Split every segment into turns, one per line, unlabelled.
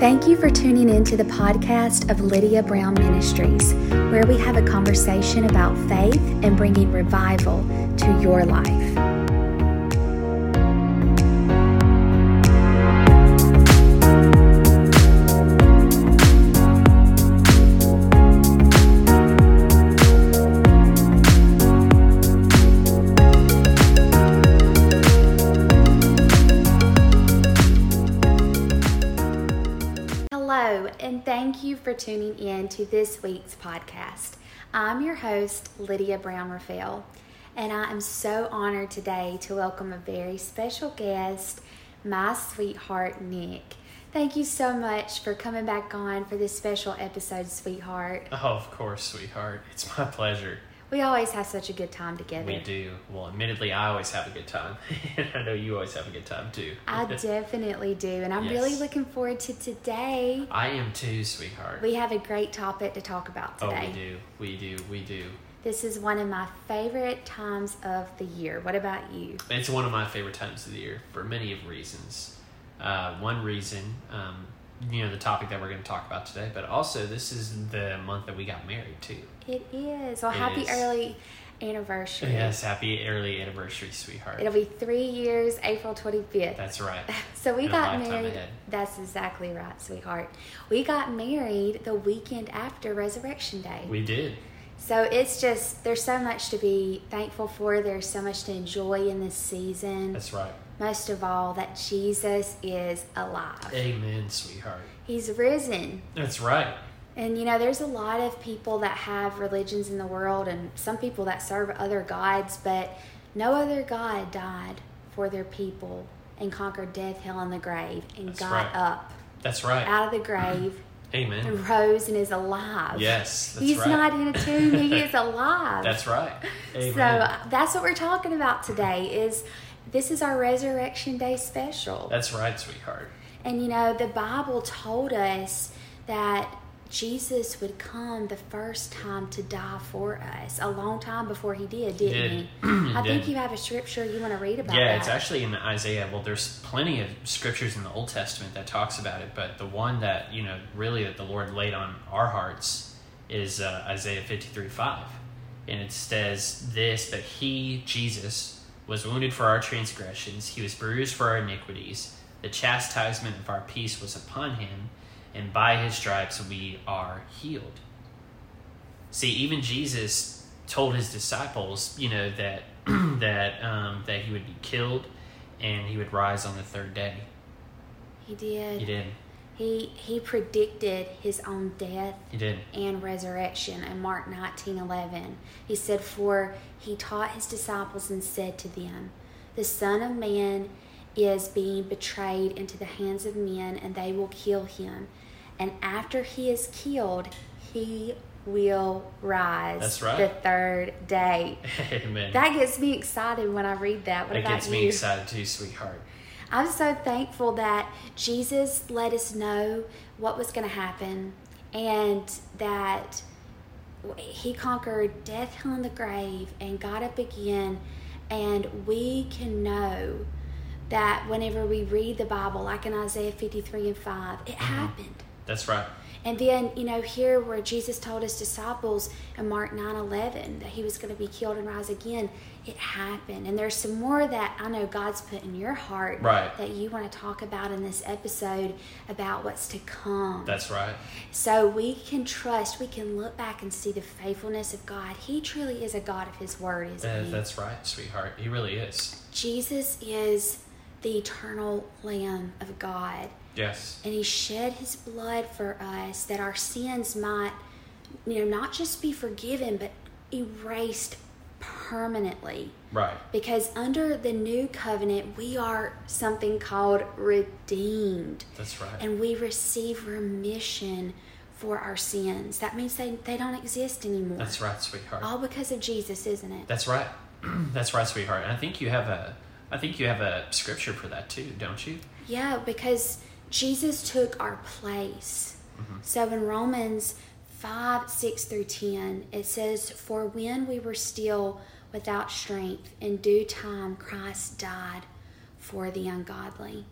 Thank you for tuning in to the podcast of Lydia Brown Ministries, where we have a conversation about faith and bringing revival to your life. Hello, and thank you for tuning in to this week's podcast. I'm your host, Lydia Brown Raphael, and I am so honored today to welcome a very special guest, my sweetheart, Nick. Thank you so much for coming back on for this special episode, sweetheart.
Oh, of course, sweetheart. It's my pleasure.
We always have such a good time together.
We do. Well, admittedly, I always have a good time. and I know you always have a good time, too.
I definitely do, and I'm really
Yes.
looking forward to today.
I am too, sweetheart.
We have a great topic to talk about
oh,
today.
we do. We do. We do.
This is one of my favorite times of the year. What about you?
It's one of my favorite times of the year for many of reasons. Uh, one reason, um, you know, the topic that we're going to talk about today, but also this is the month that we got married, too.
It is. Well,
It
happy
is.
early anniversary.
Yes, happy early anniversary, sweetheart.
It'll be three years, April 25th.
That's right.
so we
been a
got
lifetime
married.
ahead.
That's exactly right, sweetheart. We got married the weekend after Resurrection Day.
We did.
So it's just, there's so much to be thankful for. There's so much to enjoy in this season.
That's right.
Most of all, that Jesus is alive.
Amen, sweetheart.
He's risen.
That's right.
And you know, there's a lot of people that have religions in the world and some people that serve other gods, but no other God died for their people and conquered death, hell, and the grave and
That's
got
right.
up
That's right.
out of the grave
Amen.
and rose and is alive.
Yes, that's
He's
right.
not in a tomb, he is alive.
That's right.
so
Amen.
uh, that's what we're talking about today is this is our resurrection day special.
That's right, sweetheart.
And you know, the Bible told us that Jesus would come the first time to die for us, a long time before he did, didn't
did.
he?
He
I think
did.
you have a scripture you want to read about
Yeah,
that.
it's actually in Isaiah. Well, there's plenty of scriptures in the Old Testament that talks about it, but the one that you know really that the Lord laid on our hearts is uh, Isaiah 53 5, and it says this that He Jesus was wounded for our transgressions, He was bruised for our iniquities. The chastisement of our peace was upon Him, and by His stripes we are healed. See, even Jesus told his disciples, you know, that that um, that he would be killed and he would rise on the third day.
he did.
He did.
He he predicted his own death
He did.
and resurrection in Mark nineteen eleven, He said, For he taught his disciples and said to them, The Son of Man is being betrayed into the hands of men, and they will kill him. And after he is killed, he will rise
That's right.
the third day.
Amen.
That gets me excited when I read that. What
That
about
gets me
you?
excited too, sweetheart.
I'm so thankful that Jesus let us know what was going to happen and that he conquered death, hell, and the grave and got up again. And we can know that whenever we read the Bible, like in Isaiah 53 and 5, it happened.
That's right.
And then, you know, here where Jesus told his disciples in Mark 9 11 that he was going to be killed and rise again, it happened. And there's some more that I know God's put in your heart
Right.
that you want to talk about in this episode about what's to come.
That's right.
so we can trust, we can look back and see the faithfulness of God. He truly is a God of his word, isn't
Uh,
he?
that's right, sweetheart. He really is.
Jesus is the eternal Lamb of God.
Yes.
and he shed his blood for us that our sins might you know not just be forgiven but erased permanently
Right.
because under the new covenant we are something called redeemed
That's right.
and we receive remission for our sins that means they, they don't exist anymore
That's right, sweetheart.
all because of jesus isn't it
That's right. That's right, sweetheart. And I think you have a I think you have a scripture for that too, don't you?
Yeah, because Jesus took our place. So in Romans 5 6 through 10, it says, For when we were still without strength, in due time Christ died for the ungodly.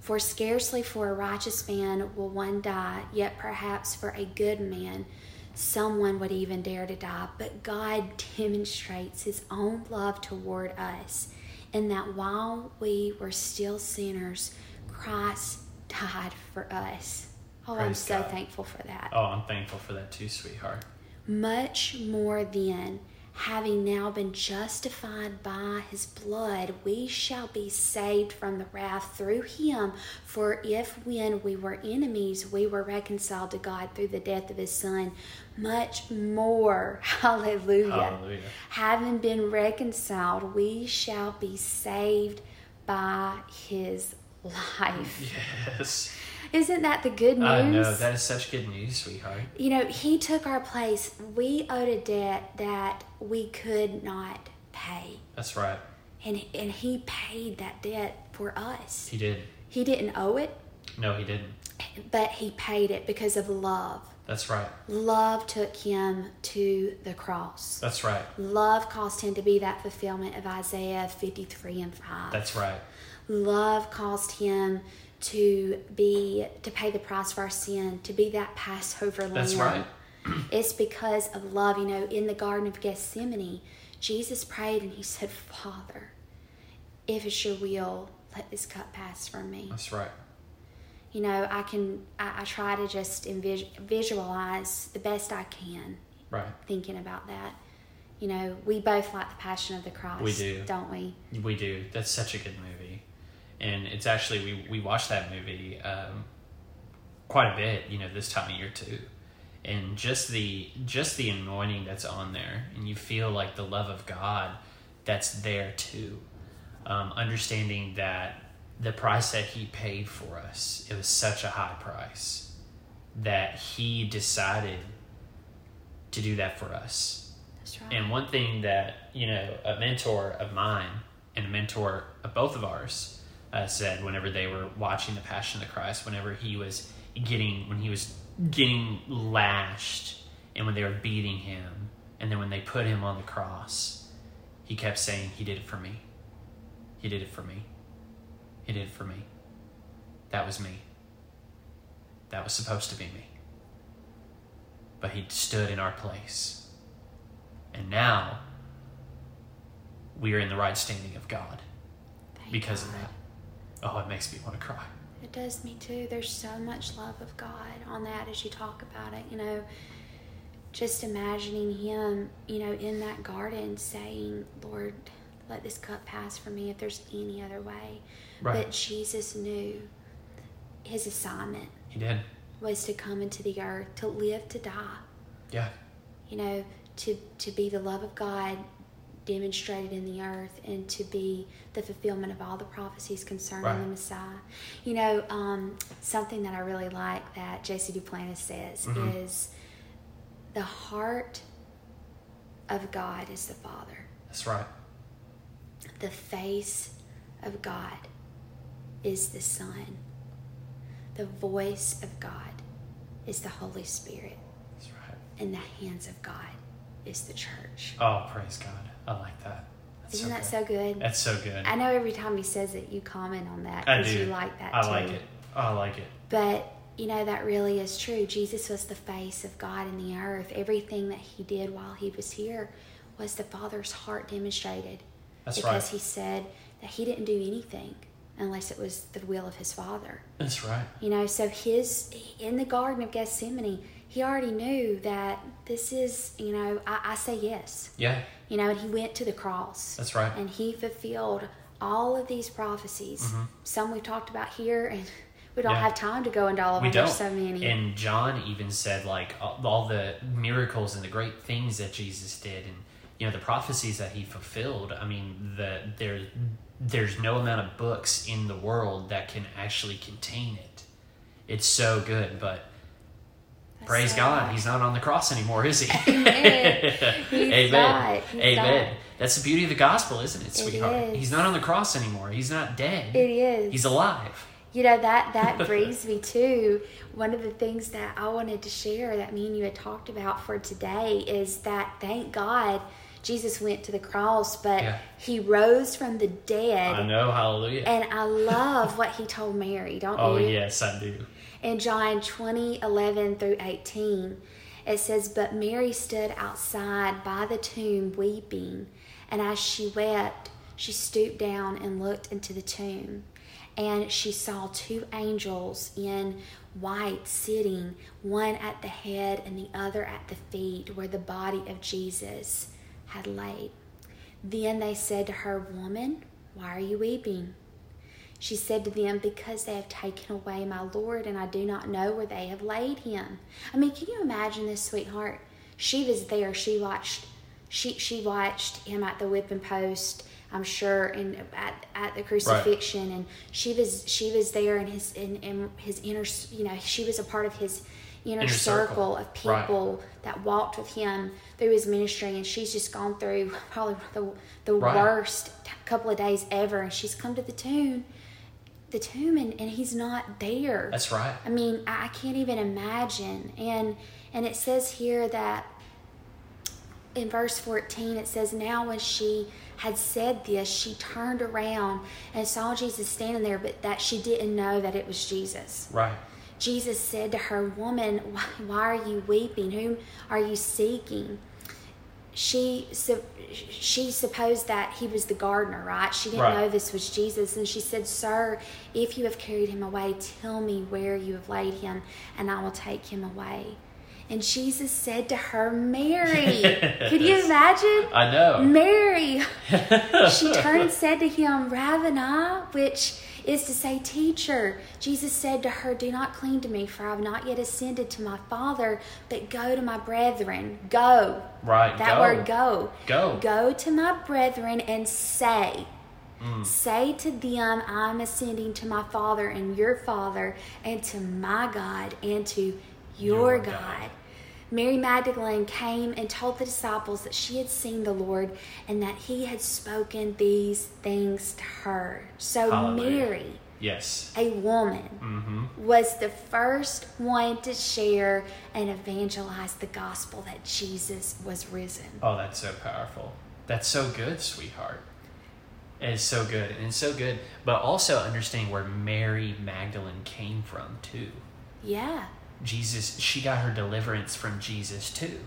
For scarcely for a righteous man will one die, yet perhaps for a good man someone would even dare to die. But God demonstrates his own love toward us in that while we were still sinners, Christ died for us. Oh, I'm
Praise
so
God.
thankful for that.
Oh, I'm thankful for that too, sweetheart.
Much more then, having now been justified by his blood, we shall be saved from the wrath through him. For if when we were enemies, we were reconciled to God through the death of his son, much more, hallelujah,
Hallelujah.
having been reconciled, we shall be saved by his life.
Yes.
Isn't that the good news?
I know. Uh, That is such good news, sweetheart.
you know, he took our place. We owed a debt that we could not pay.
That's right.
And, and he paid that debt for us.
He did.
He didn't owe it,
No, he didn't.
but he paid it because of love.
That's right.
Love took him to the cross.
That's right.
Love caused him to be that fulfillment of Isaiah 53 and 5.
That's right.
love caused him to be to pay the price for our sin to be that passover lamb
That's
it's because of love you know in the garden of gethsemane jesus prayed and he said father if it's your will let this cup pass from me
That's right.
you know i can i, I try to just envis- visualize the best i can
Right.
thinking about that you know we both like the passion of the christ
We do.
don't we
We do. That's such a good movie, and it's actually we we watched that movie um, quite a bit. You know, this time of year too, and just the just the anointing that's on there, and you feel like the love of God that's there too. Um, understanding that the price that He paid for us, it was such a high price that He decided to do that for us.
that's right
And one thing that, you know, a mentor of mine and a mentor of both of ours uh, said whenever they were watching The Passion of the Christ, whenever he was getting, when he was getting lashed and when they were beating him, and then when they put him on the cross, he kept saying, He did it for me. He did it for me. He did it for me. That was me. That was supposed to be me. But he stood in our place. And now we are in the right standing of God
Thank
because of
God.
that. Oh, it makes me want to cry.
It does me too. There's so much love of God on that as you talk about it. You know, just imagining Him, you know, in that garden saying, Lord, let this cup pass from me if there's any other way.
Right.
But Jesus knew His assignment
He did.
was to come into the earth, to live, to die,
Yeah.
you know, to, to be the love of God demonstrated in the earth and to be the fulfillment of all the prophecies concerning
Right.
the Messiah. You know, um, something that I really like that J.C. Duplantis says
Mhm.
is the heart of God is the Father,
That's right.
the face of God is the Son, the voice of God is the Holy Spirit,
That's right.
and the hands of God is the church.
Oh, praise God. I like that. That's
Isn't
so
that
good.
so good?
That's so good.
I know every time he says it, you comment on that
I
because
do.
you like that
I
too.
like it. I like it.
But you know that really is true. Jesus was the face of God in the earth. Everything that he did while he was here was the Father's heart demonstrated
That's
because
right.
he said that he didn't do anything unless it was the will of his Father.
That's right.
You know, so his in the Garden of Gethsemane, he already knew that this is. You know, I, I say yes.
Yeah.
You know, and he went to the cross
That's right.
and he fulfilled all of these prophecies. Some we've talked about here, and we don't
Mm-hmm. Yeah.
have time to go into all of
we
them.
don't.
There's so many.
And John even said like all all the miracles and the great things that Jesus did, and you know the prophecies that he fulfilled. I mean, the there there's no amount of books in the world that can actually contain it. It's so good, but
That's
praise
so-
God, he's not on the cross anymore, is he?
Amen. He's
Amen.
not. He's
Amen.
not.
That's the beauty of the gospel, isn't it, sweetheart?
is.
He's not on the cross anymore. He's not dead.
It is.
He's alive.
you know that that brings me to one of the things that I wanted to share that me and you had talked about for today is that thank God Jesus went to the cross, but
Yeah.
he rose from the dead.
I know, hallelujah.
And I love what he told Mary, don't
oh,
you?
yes, I do.
In John 20, 11 through 18, it says, But Mary stood outside by the tomb weeping, and as she wept, she stooped down and looked into the tomb. And she saw two angels in white sitting, one at the head and the other at the feet, where the body of Jesus had laid. Then they said to her, Woman, why are you weeping? She said to them, Because they have taken away my Lord, and I do not know where they have laid him. I mean, can you imagine this, sweetheart? She was there. She watched. She she watched him at the whipping post. I'm sure, and at, at the crucifixion, and she was she was there in his in, in his inner you know she was a part of his inner,
Inner
circle.
circle.
of
Right.
people that walked with him through his ministry, and she's just gone through probably the the
Right.
worst t- couple of days ever, and she's come to the tomb the tomb and, and he's not there.
That's right.
I mean, I I can't even imagine. And and it says here that in verse 14 it says now when she had said this she turned around and saw Jesus standing there but that she didn't know that it was Jesus.
Right.
Jesus said to her, Woman, why, why are you weeping? Whom are you seeking? She sup- she supposed that he was the gardener, right? She didn't
Right.
know this was Jesus, and she said, "Sir, if you have carried him away, tell me where you have laid him, and I will take him away." And Jesus said to her, "Mary." Could you
Yes.
imagine?
I know.
Mary, she turned and said to him, Rabboni, which is to say, teacher. Jesus said to her, Do not cling to me, for I have not yet ascended to my Father, but go to my brethren. Go.
Right.
That
go.
word go.
Go.
Go to my brethren and say,
Mm.
Say to them, I'm ascending to my Father and your Father, and to my God and to your,
Your
God.
God.
Mary Magdalene came and told the disciples that she had seen the Lord and that he had spoken these things to her. So,
Hallelujah.
Mary,
Yes.
a woman,
Mm-hmm.
was the first one to share and evangelize the gospel that Jesus was risen.
Oh, that's so powerful. That's so good, sweetheart. It's so good. And it's so good. But also understanding where Mary Magdalene came from, too.
Yeah.
Jesus, she got her deliverance from Jesus too.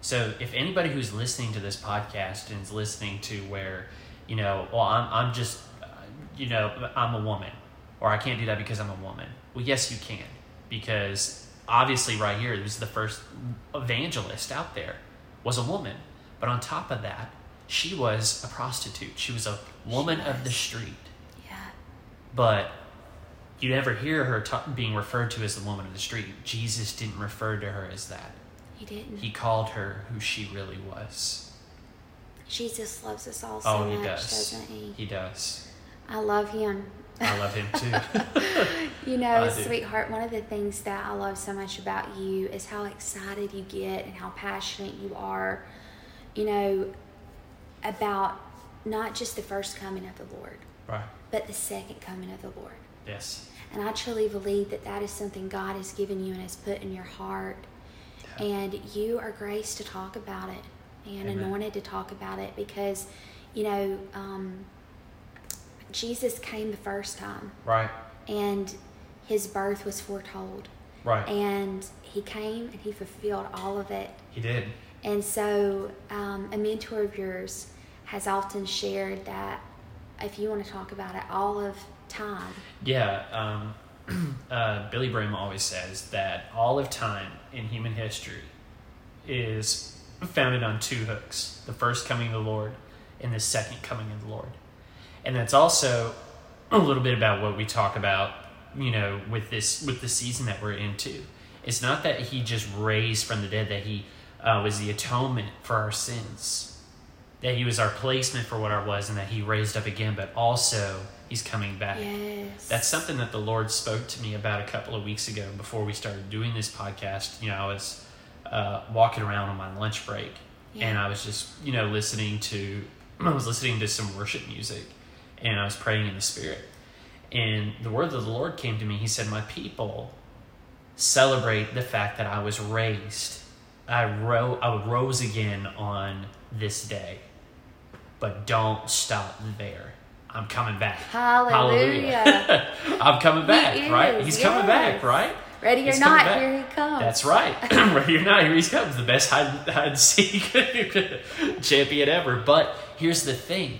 So if anybody who's listening to this podcast and is listening to where, you know, well, I'm, I'm just, uh, you know, I'm a woman, or I can't do that because I'm a woman. Well, yes, you can, because obviously, right here, this is the first evangelist out there was a woman. But on top of that, she was a prostitute. She was a woman of the street
Yeah.
but you never hear her ta being referred to as the woman of the street. Jesus didn't refer to her as that.
He didn't.
He called her who she really was.
Jesus loves us all so
Oh,
much,
he does.
doesn't he?
He does.
I love him.
I love him too.
You know,
I do.
sweetheart, one of the things that I love so much about you is how excited you get and how passionate you are, you know, about not just the first coming of the Lord,
right.
but the second coming of the Lord.
Yes.
And I truly believe that that is something God has given you and has put in your heart. And you are graced to talk about it and
Amen.
anointed to talk about it because, you know, um, Jesus came the first time
Right.
and his birth was foretold.
Right.
And he came and he fulfilled all of it.
he did.
And so, um, a mentor of yours has often shared that if you want to talk about it all of time,
Yeah. Um, uh, Billy Brim always says that all of time in human history is founded on two hooks the first coming of the Lord and the second coming of the Lord. And that's also a little bit about what we talk about, you know, with this with the season that we're into. It's not that he just raised from the dead; that he uh, was the atonement for our sins, that he was our placement for what I was, and that he raised up again. But also, he's coming back.
yes.
That's something that the Lord spoke to me about a couple of weeks ago before we started doing this podcast. You know, I was uh, walking around on my lunch break
Yeah.
and I was just, you know, listening to, I was listening to some worship music and I was praying in the Spirit. And the word of the Lord came to me. He said, My people celebrate the fact that I was raised. I, ro- I rose again on this day, but don't stop there. I'm coming back.
Hallelujah.
I'm coming back,
He
right?
is,
He's coming back,
yes.
right?
Ready or
He's coming
not,
back.
here he comes.
That's right. Ready or not, here he comes. The best hide, hide and seek champion ever. But here's the thing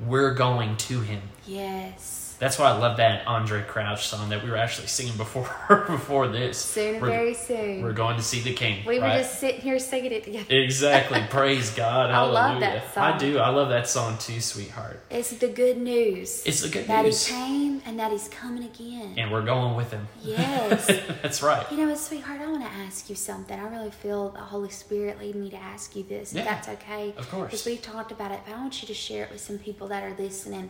we're going to him.
Yes.
That's why I love that Andre Crouch song that we were actually singing before before this.
Soon,
we're,
very soon.
we're going to see the king.
we were
right?
just sitting here singing it together.
Exactly. Praise God.
I
Hallelujah.
love that song.
I do. I love that song too, sweetheart.
It's the good news
It's the good
that
news.
he came and that he's coming again.
And we're going with him.
Yes.
That's right.
You know, what, sweetheart, I want to ask you something. I really feel the Holy Spirit leading me to ask you this. If
Yeah,
that's okay.
of course.
Because we've talked about it, but I want you to share it with some people that are listening.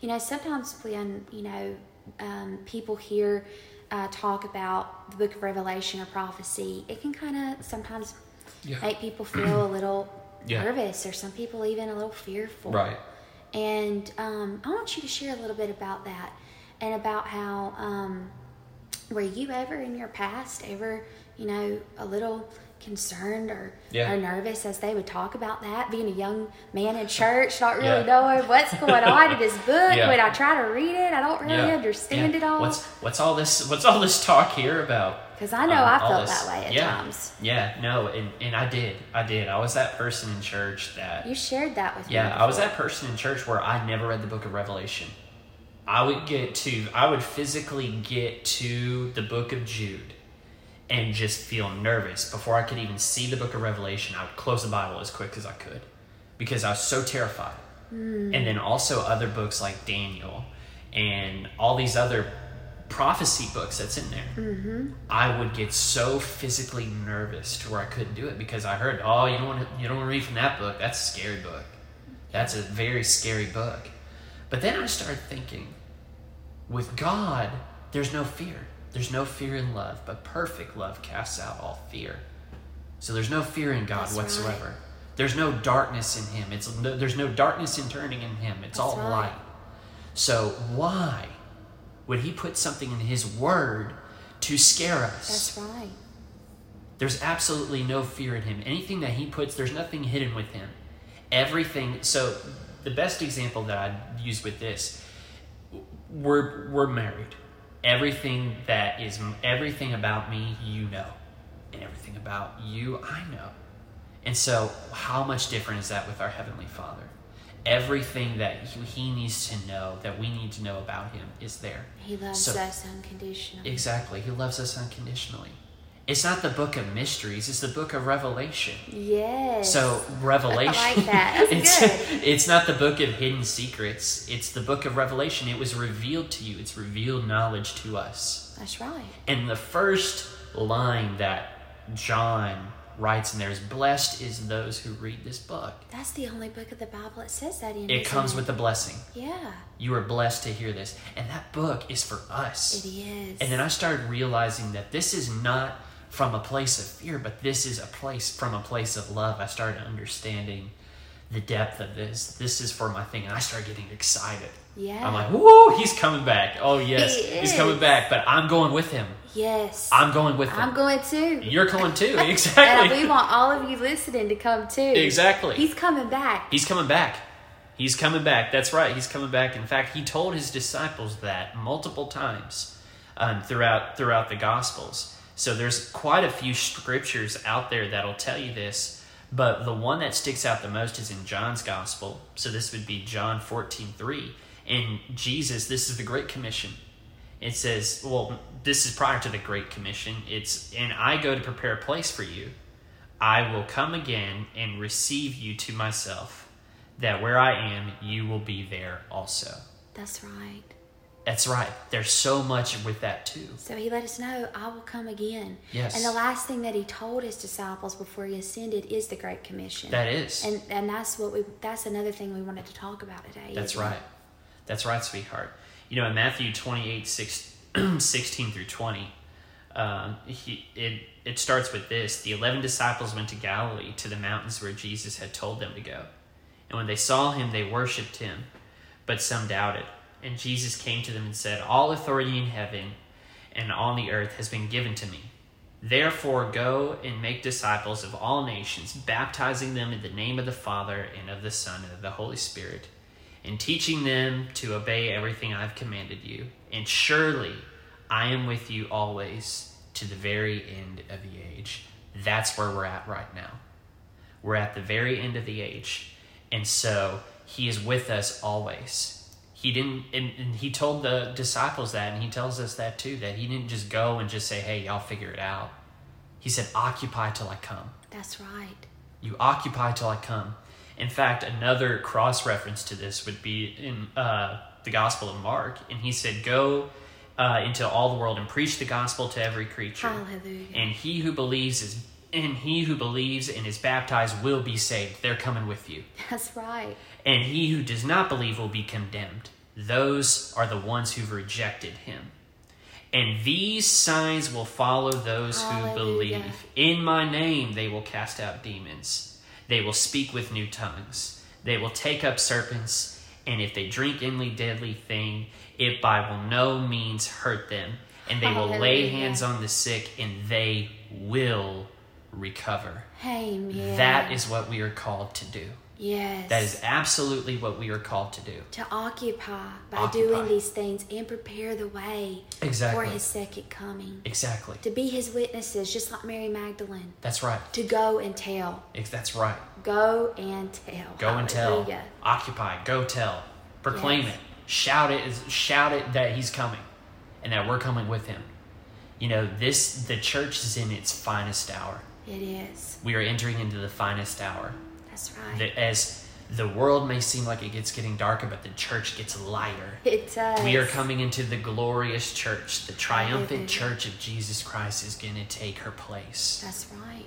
You know, sometimes when, you know, um, people hear uh, talk about the book of Revelation or prophecy, it can kind of sometimes
Yeah.
make people feel a little
Yeah.
nervous or some people even a little fearful.
Right.
And um, I want you to share a little bit about that and about how um, were you ever in your past ever, you know, a little concerned or,
Yeah.
or nervous as they would talk about that, being a young man in church, not really
Yeah.
knowing what's going on in this book.
Yeah.
When I try to read it, I don't really
Yeah.
understand
Yeah.
it all.
What's what's all this what's all this talk here about?
Because I know
um,
I
all
felt
this-
that way at
yeah.
times.
Yeah, no, and, and I did. I did. I was that person in church that
You shared that with me.
Yeah, I was that person in church where I never read the book of Revelation. I would get to, I would physically get to the book of Jude and just feel nervous before I could even see the book of Revelation. I would close the Bible as quick as I could because I was so terrified. And then also other books like Daniel and all these other prophecy books that's in there. I would get so physically nervous to where I couldn't do it because I heard, oh, you don't want to, you don't want to read from that book. That's a scary book. That's a very scary book. But then I started thinking, with God, there's no fear. There's no fear in love, but perfect love casts out all fear. So there's no fear in God
That's
whatsoever. There's no darkness in Him. It's no, there's no darkness in turning in Him. It's all
right.
light. So why would He put something in His Word to scare us?
That's right.
There's absolutely no fear in him. Anything that he puts, there's nothing hidden with him. Everything. So the best example that I use with this, we're we're married. Everything that is everything about me, you know, and everything about you, I know. And so, how much different is that with our heavenly Father? Everything that he, he needs to know, that we need to know about him, is there.
He loves
So-
us unconditionally.
Exactly. He loves us unconditionally. It's not the book of mysteries, it's the book of revelation.
yes.
So revelation
I like that. That's
it's
good.
it's not the book of hidden secrets. It's the book of revelation. It was revealed to you. It's revealed knowledge to us.
That's right.
And the first line that John writes in there is blessed is those who read this book.
That's the only book of the Bible that says that in
It comes with a blessing.
Yeah,
You are blessed to hear this. And that book is for us.
it is.
And then I started realizing that this is not from a place of fear, but this is a place from a place of love. I started understanding the depth of this. This is for my thing. And I started getting excited.
yeah.
I'm like, whoa, he's coming back. Oh, yes,
He
he's coming
is.
back. But I'm going with him.
yes.
I'm going with him.
I'm going too.
You're going too.
And
Exactly.
we want all of you listening to come too.
Exactly.
He's coming back.
He's coming back. He's coming back. That's right. He's coming back. In fact, he told his disciples that multiple times um, throughout throughout the Gospels. So there's quite a few scriptures out there that'll tell you this, but the one that sticks out the most is in John's Gospel. So this would be John 14:3. And Jesus, this is the Great Commission. It says, well, this is prior to the Great Commission. It's, and I go to prepare a place for you. I will come again and receive you to myself, that where I am, you will be there also.
That's right.
That's right. There's so much with that too.
So he let us know, I will come again.
Yes.
And the last thing that he told his disciples before he ascended is the Great Commission.
That is.
and and that's what we that's another thing we wanted to talk about today.
That's
isn't it?
right. That's right, sweetheart. You know, in Matthew 28, 6, 16 through 20, um, he, it, it starts with this The 11 disciples went to Galilee, to the mountains where Jesus had told them to go. And when they saw him, they worshipped him, but some doubted. And Jesus came to them and said, All authority in heaven and on the earth has been given to me. Therefore, go and make disciples of all nations, baptizing them in the name of the Father, and of the Son, and of the Holy Spirit, and teaching them to obey everything I've commanded you. And surely I am with you always to the very end of the age. That's where we're at right now. We're at the very end of the age. And so he is with us always he didn't and, and, he told the disciples that and he tells us that too that he didn't just go and just say hey y'all figure it out he said occupy till i come
that's right
you occupy till i come in fact another cross reference to this would be in uh, the gospel of mark and he said go uh, into all the world and preach the gospel to every creature
Hallelujah.
and he who believes is and he who believes and is baptized will be saved they're coming with you
that's right
and he who does not believe will be condemned those are the ones who've rejected him. And these signs will follow those Hallelujah. who believe. In my name they will cast out demons. They will speak with new tongues. They will take up serpents. And if they drink any deadly thing, it by will no means hurt them. And they Hallelujah. will lay hands on the sick and they will recover.
Amen.
That is what we are called to do.
Yes.
That is absolutely what we are called to do.
To occupy by occupy. doing these things and prepare the way
exactly.
for his second coming.
Exactly.
To be his witnesses, just like Mary Magdalene.
That's right.
To go and tell.
That's right.
Go and tell.
Go Hallelujah. and tell. Occupy. Go tell. Proclaim yes. it. Shout it. Shout it that he's coming, and that we're coming with him. You know this. The church is in its finest hour.
It is.
We are entering into the finest hour.
That's right.
as the world may seem like it gets getting darker, but the church gets lighter.
It does.
We are coming into the glorious church. The triumphant church of Jesus Christ is going to take her place.
That's right.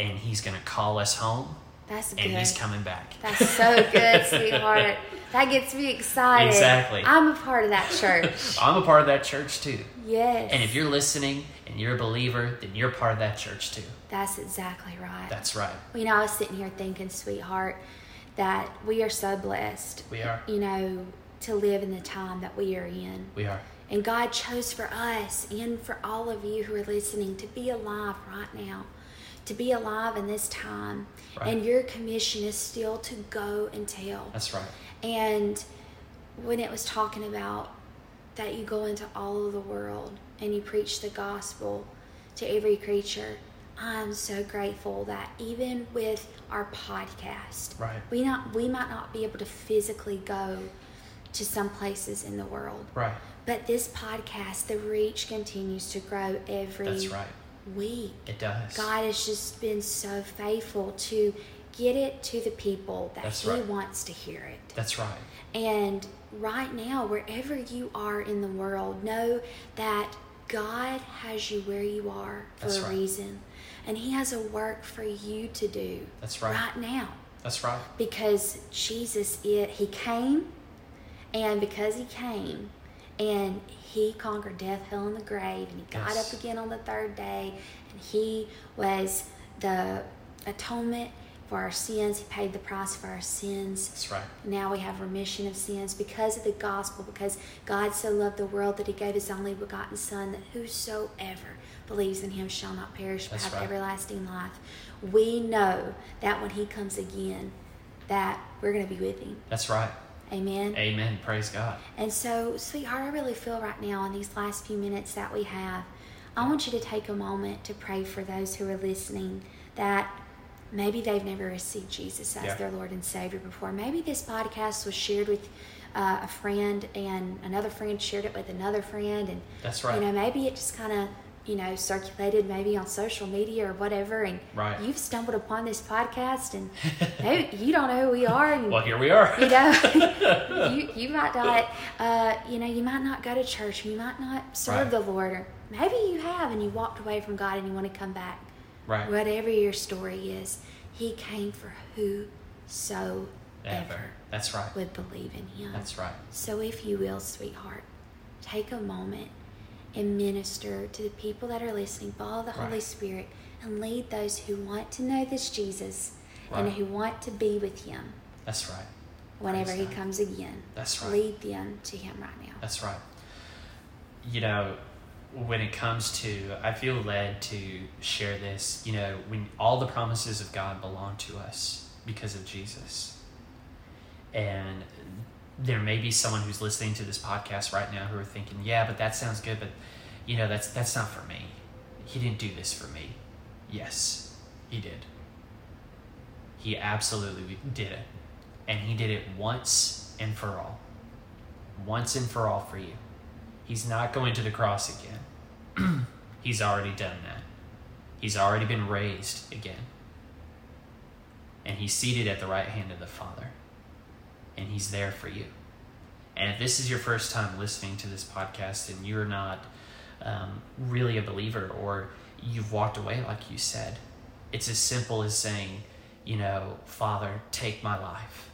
And he's going to call us home.
That's
and
good.
And he's coming back.
That's so good, sweetheart. That gets me excited.
Exactly.
I'm a part of that church.
I'm a part of that church too.
Yes.
And if you're listening and you're a believer, then you're part of that church too.
That's exactly right.
That's right.
You know, I was sitting here thinking, sweetheart, that we are so blessed.
We are.
You know, to live in the time that we are in.
We are.
And God chose for us and for all of you who are listening to be alive right now, to be alive in this time.
Right.
And your commission is still to go and tell.
That's right.
And when it was talking about that you go into all of the world and you preach the gospel to every creature. I'm so grateful that even with our podcast,
right.
we not we might not be able to physically go to some places in the world.
Right.
But this podcast, the reach continues to grow every
That's right.
week.
It does.
God has just been so faithful to get it to the people that
That's
He
right.
wants to hear it.
That's right.
And right now, wherever you are in the world, know that God has you where you are for
That's
a
right.
reason. And He has a work for you to do.
That's right.
Right now.
That's right.
Because Jesus, it, He came, and because He came, and He conquered death, hell, and the grave, and He got
Yes.
up again on the third day, and He was the atonement for our sins. He paid the price for our sins.
That's right.
Now we have remission of sins because of the gospel, because God so loved the world that he gave his only begotten Son, that whosoever believes in him shall not perish but
That's
have
right.
everlasting life. We know that when he comes again, that we're going to be with him.
That's right.
Amen.
Amen. Praise God.
And so, sweetheart, I really feel right now in these last few minutes that we have, I want you to take a moment to pray for those who are listening that maybe they've never received Jesus as
Yeah.
their Lord and Savior before. Maybe this podcast was shared with uh, a friend, and another friend shared it with another friend, and
That's right.
you know maybe it just kind of you know circulated maybe on social media or whatever, and
Right.
you've stumbled upon this podcast, and maybe you don't know who we are, and
well, here we are.
you know you, you might not uh, you know you might not go to church you might not serve
Right.
the lord or maybe you have and you walked away from god and you want to come back
right.
whatever your story is he came for whosoever
Ever. That's right.
would believe in him
That's right.
so if you will sweetheart take a moment and minister to the people that are listening follow the holy
Right.
spirit and lead those who want to know this jesus and
Right.
who want to be with him
That's right.
whenever he
Praise God.
comes again.
That's right.
Lead them to him right now.
That's right. You know, when it comes to, I feel led to share this. You know, when all the promises of God belong to us because of Jesus, and there may be someone who's listening to this podcast right now who are thinking, "Yeah, but that sounds good, but you know, that's that's not for me. He didn't do this for me." Yes, he did. He absolutely did it. And he did it once and for all. Once and for all for you. He's not going to the cross again. He's already done that. He's already been raised again. And he's seated at the right hand of the Father. And he's there for you. And if this is your first time listening to this podcast and you're not um, really a believer or you've walked away, like you said, it's as simple as saying, you know, Father, take my life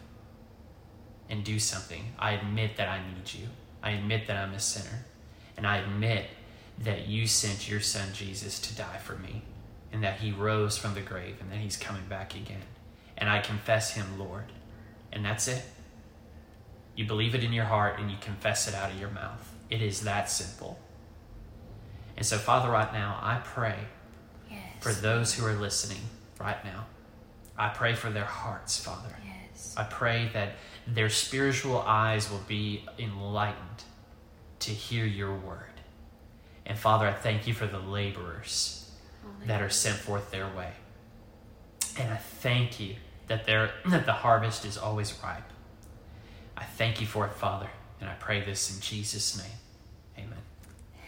and do something. I admit that I need you. I admit that I'm a sinner. And I admit that you sent your son Jesus to die for me and that he rose from the grave and that he's coming back again. And I confess him, Lord. And that's it. You believe it in your heart and you confess it out of your mouth. It is that simple. And so, Father, right now, I pray
Yes.
for those who are listening right now. I pray for their hearts, Father.
yes.
I pray that their spiritual eyes will be enlightened to hear your word. And Father, I thank you for the laborers that are sent forth their way. And I thank you that, there, that the harvest is always ripe. I thank you for it, Father. And I pray this in Jesus' name. Amen.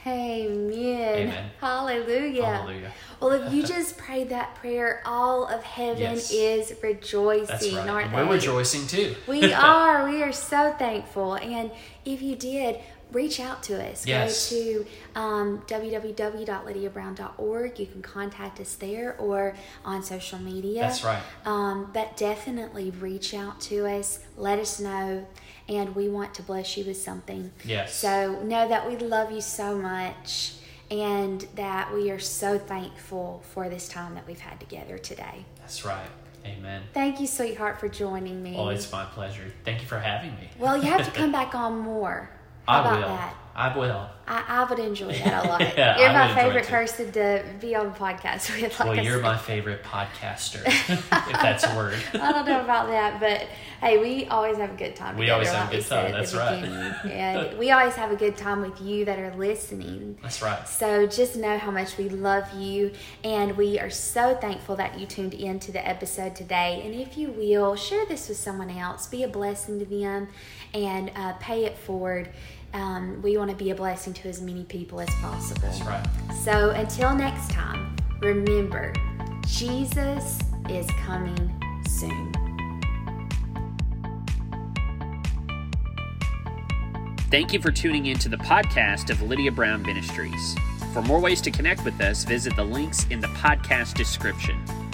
Amen.
Amen.
Hallelujah.
Hallelujah.
Well, if you just prayed that prayer, all of heaven
Yes.
is rejoicing,
That's right.
aren't
And
they?
we're rejoicing too.
we are. We are so thankful. And if you did, reach out to us.
Yes.
Go to um, www.lydiabrown.org. You can contact us there or on social media.
That's right.
Um, but definitely reach out to us. Let us know. And we want to bless you with something.
Yes.
So know that we love you so much and that we are so thankful for this time that we've had together today.
That's right. Amen.
Thank you, sweetheart, for joining me.
Well, it's my pleasure. Thank you for having me.
Well, you have to come back on more. How
I
about
will.
that?
I will.
I, I would enjoy that a lot.
Yeah, I
you're my
would enjoy
favorite
it too.
person to be on podcasts with. Like
Well,
I
you're
said.
my favorite podcaster, if that's a word.
I don't know about that, but hey, we always have a good time.
We
together,
always have a
like we
good time,
said at the
that's right.
beginning. and we always have a good time with you that are listening.
That's right.
So just know how much we love you, and we are so thankful that you tuned in to the episode today. And if you will, share this with someone else, be a blessing to them, and uh, pay it forward. Um, we want to be a blessing to as many people as possible.
That's right.
So until next time, remember, Jesus is coming soon.
Thank you for tuning in to the podcast of Lydia Brown Ministries. For more ways to connect with us, visit the links in the podcast description.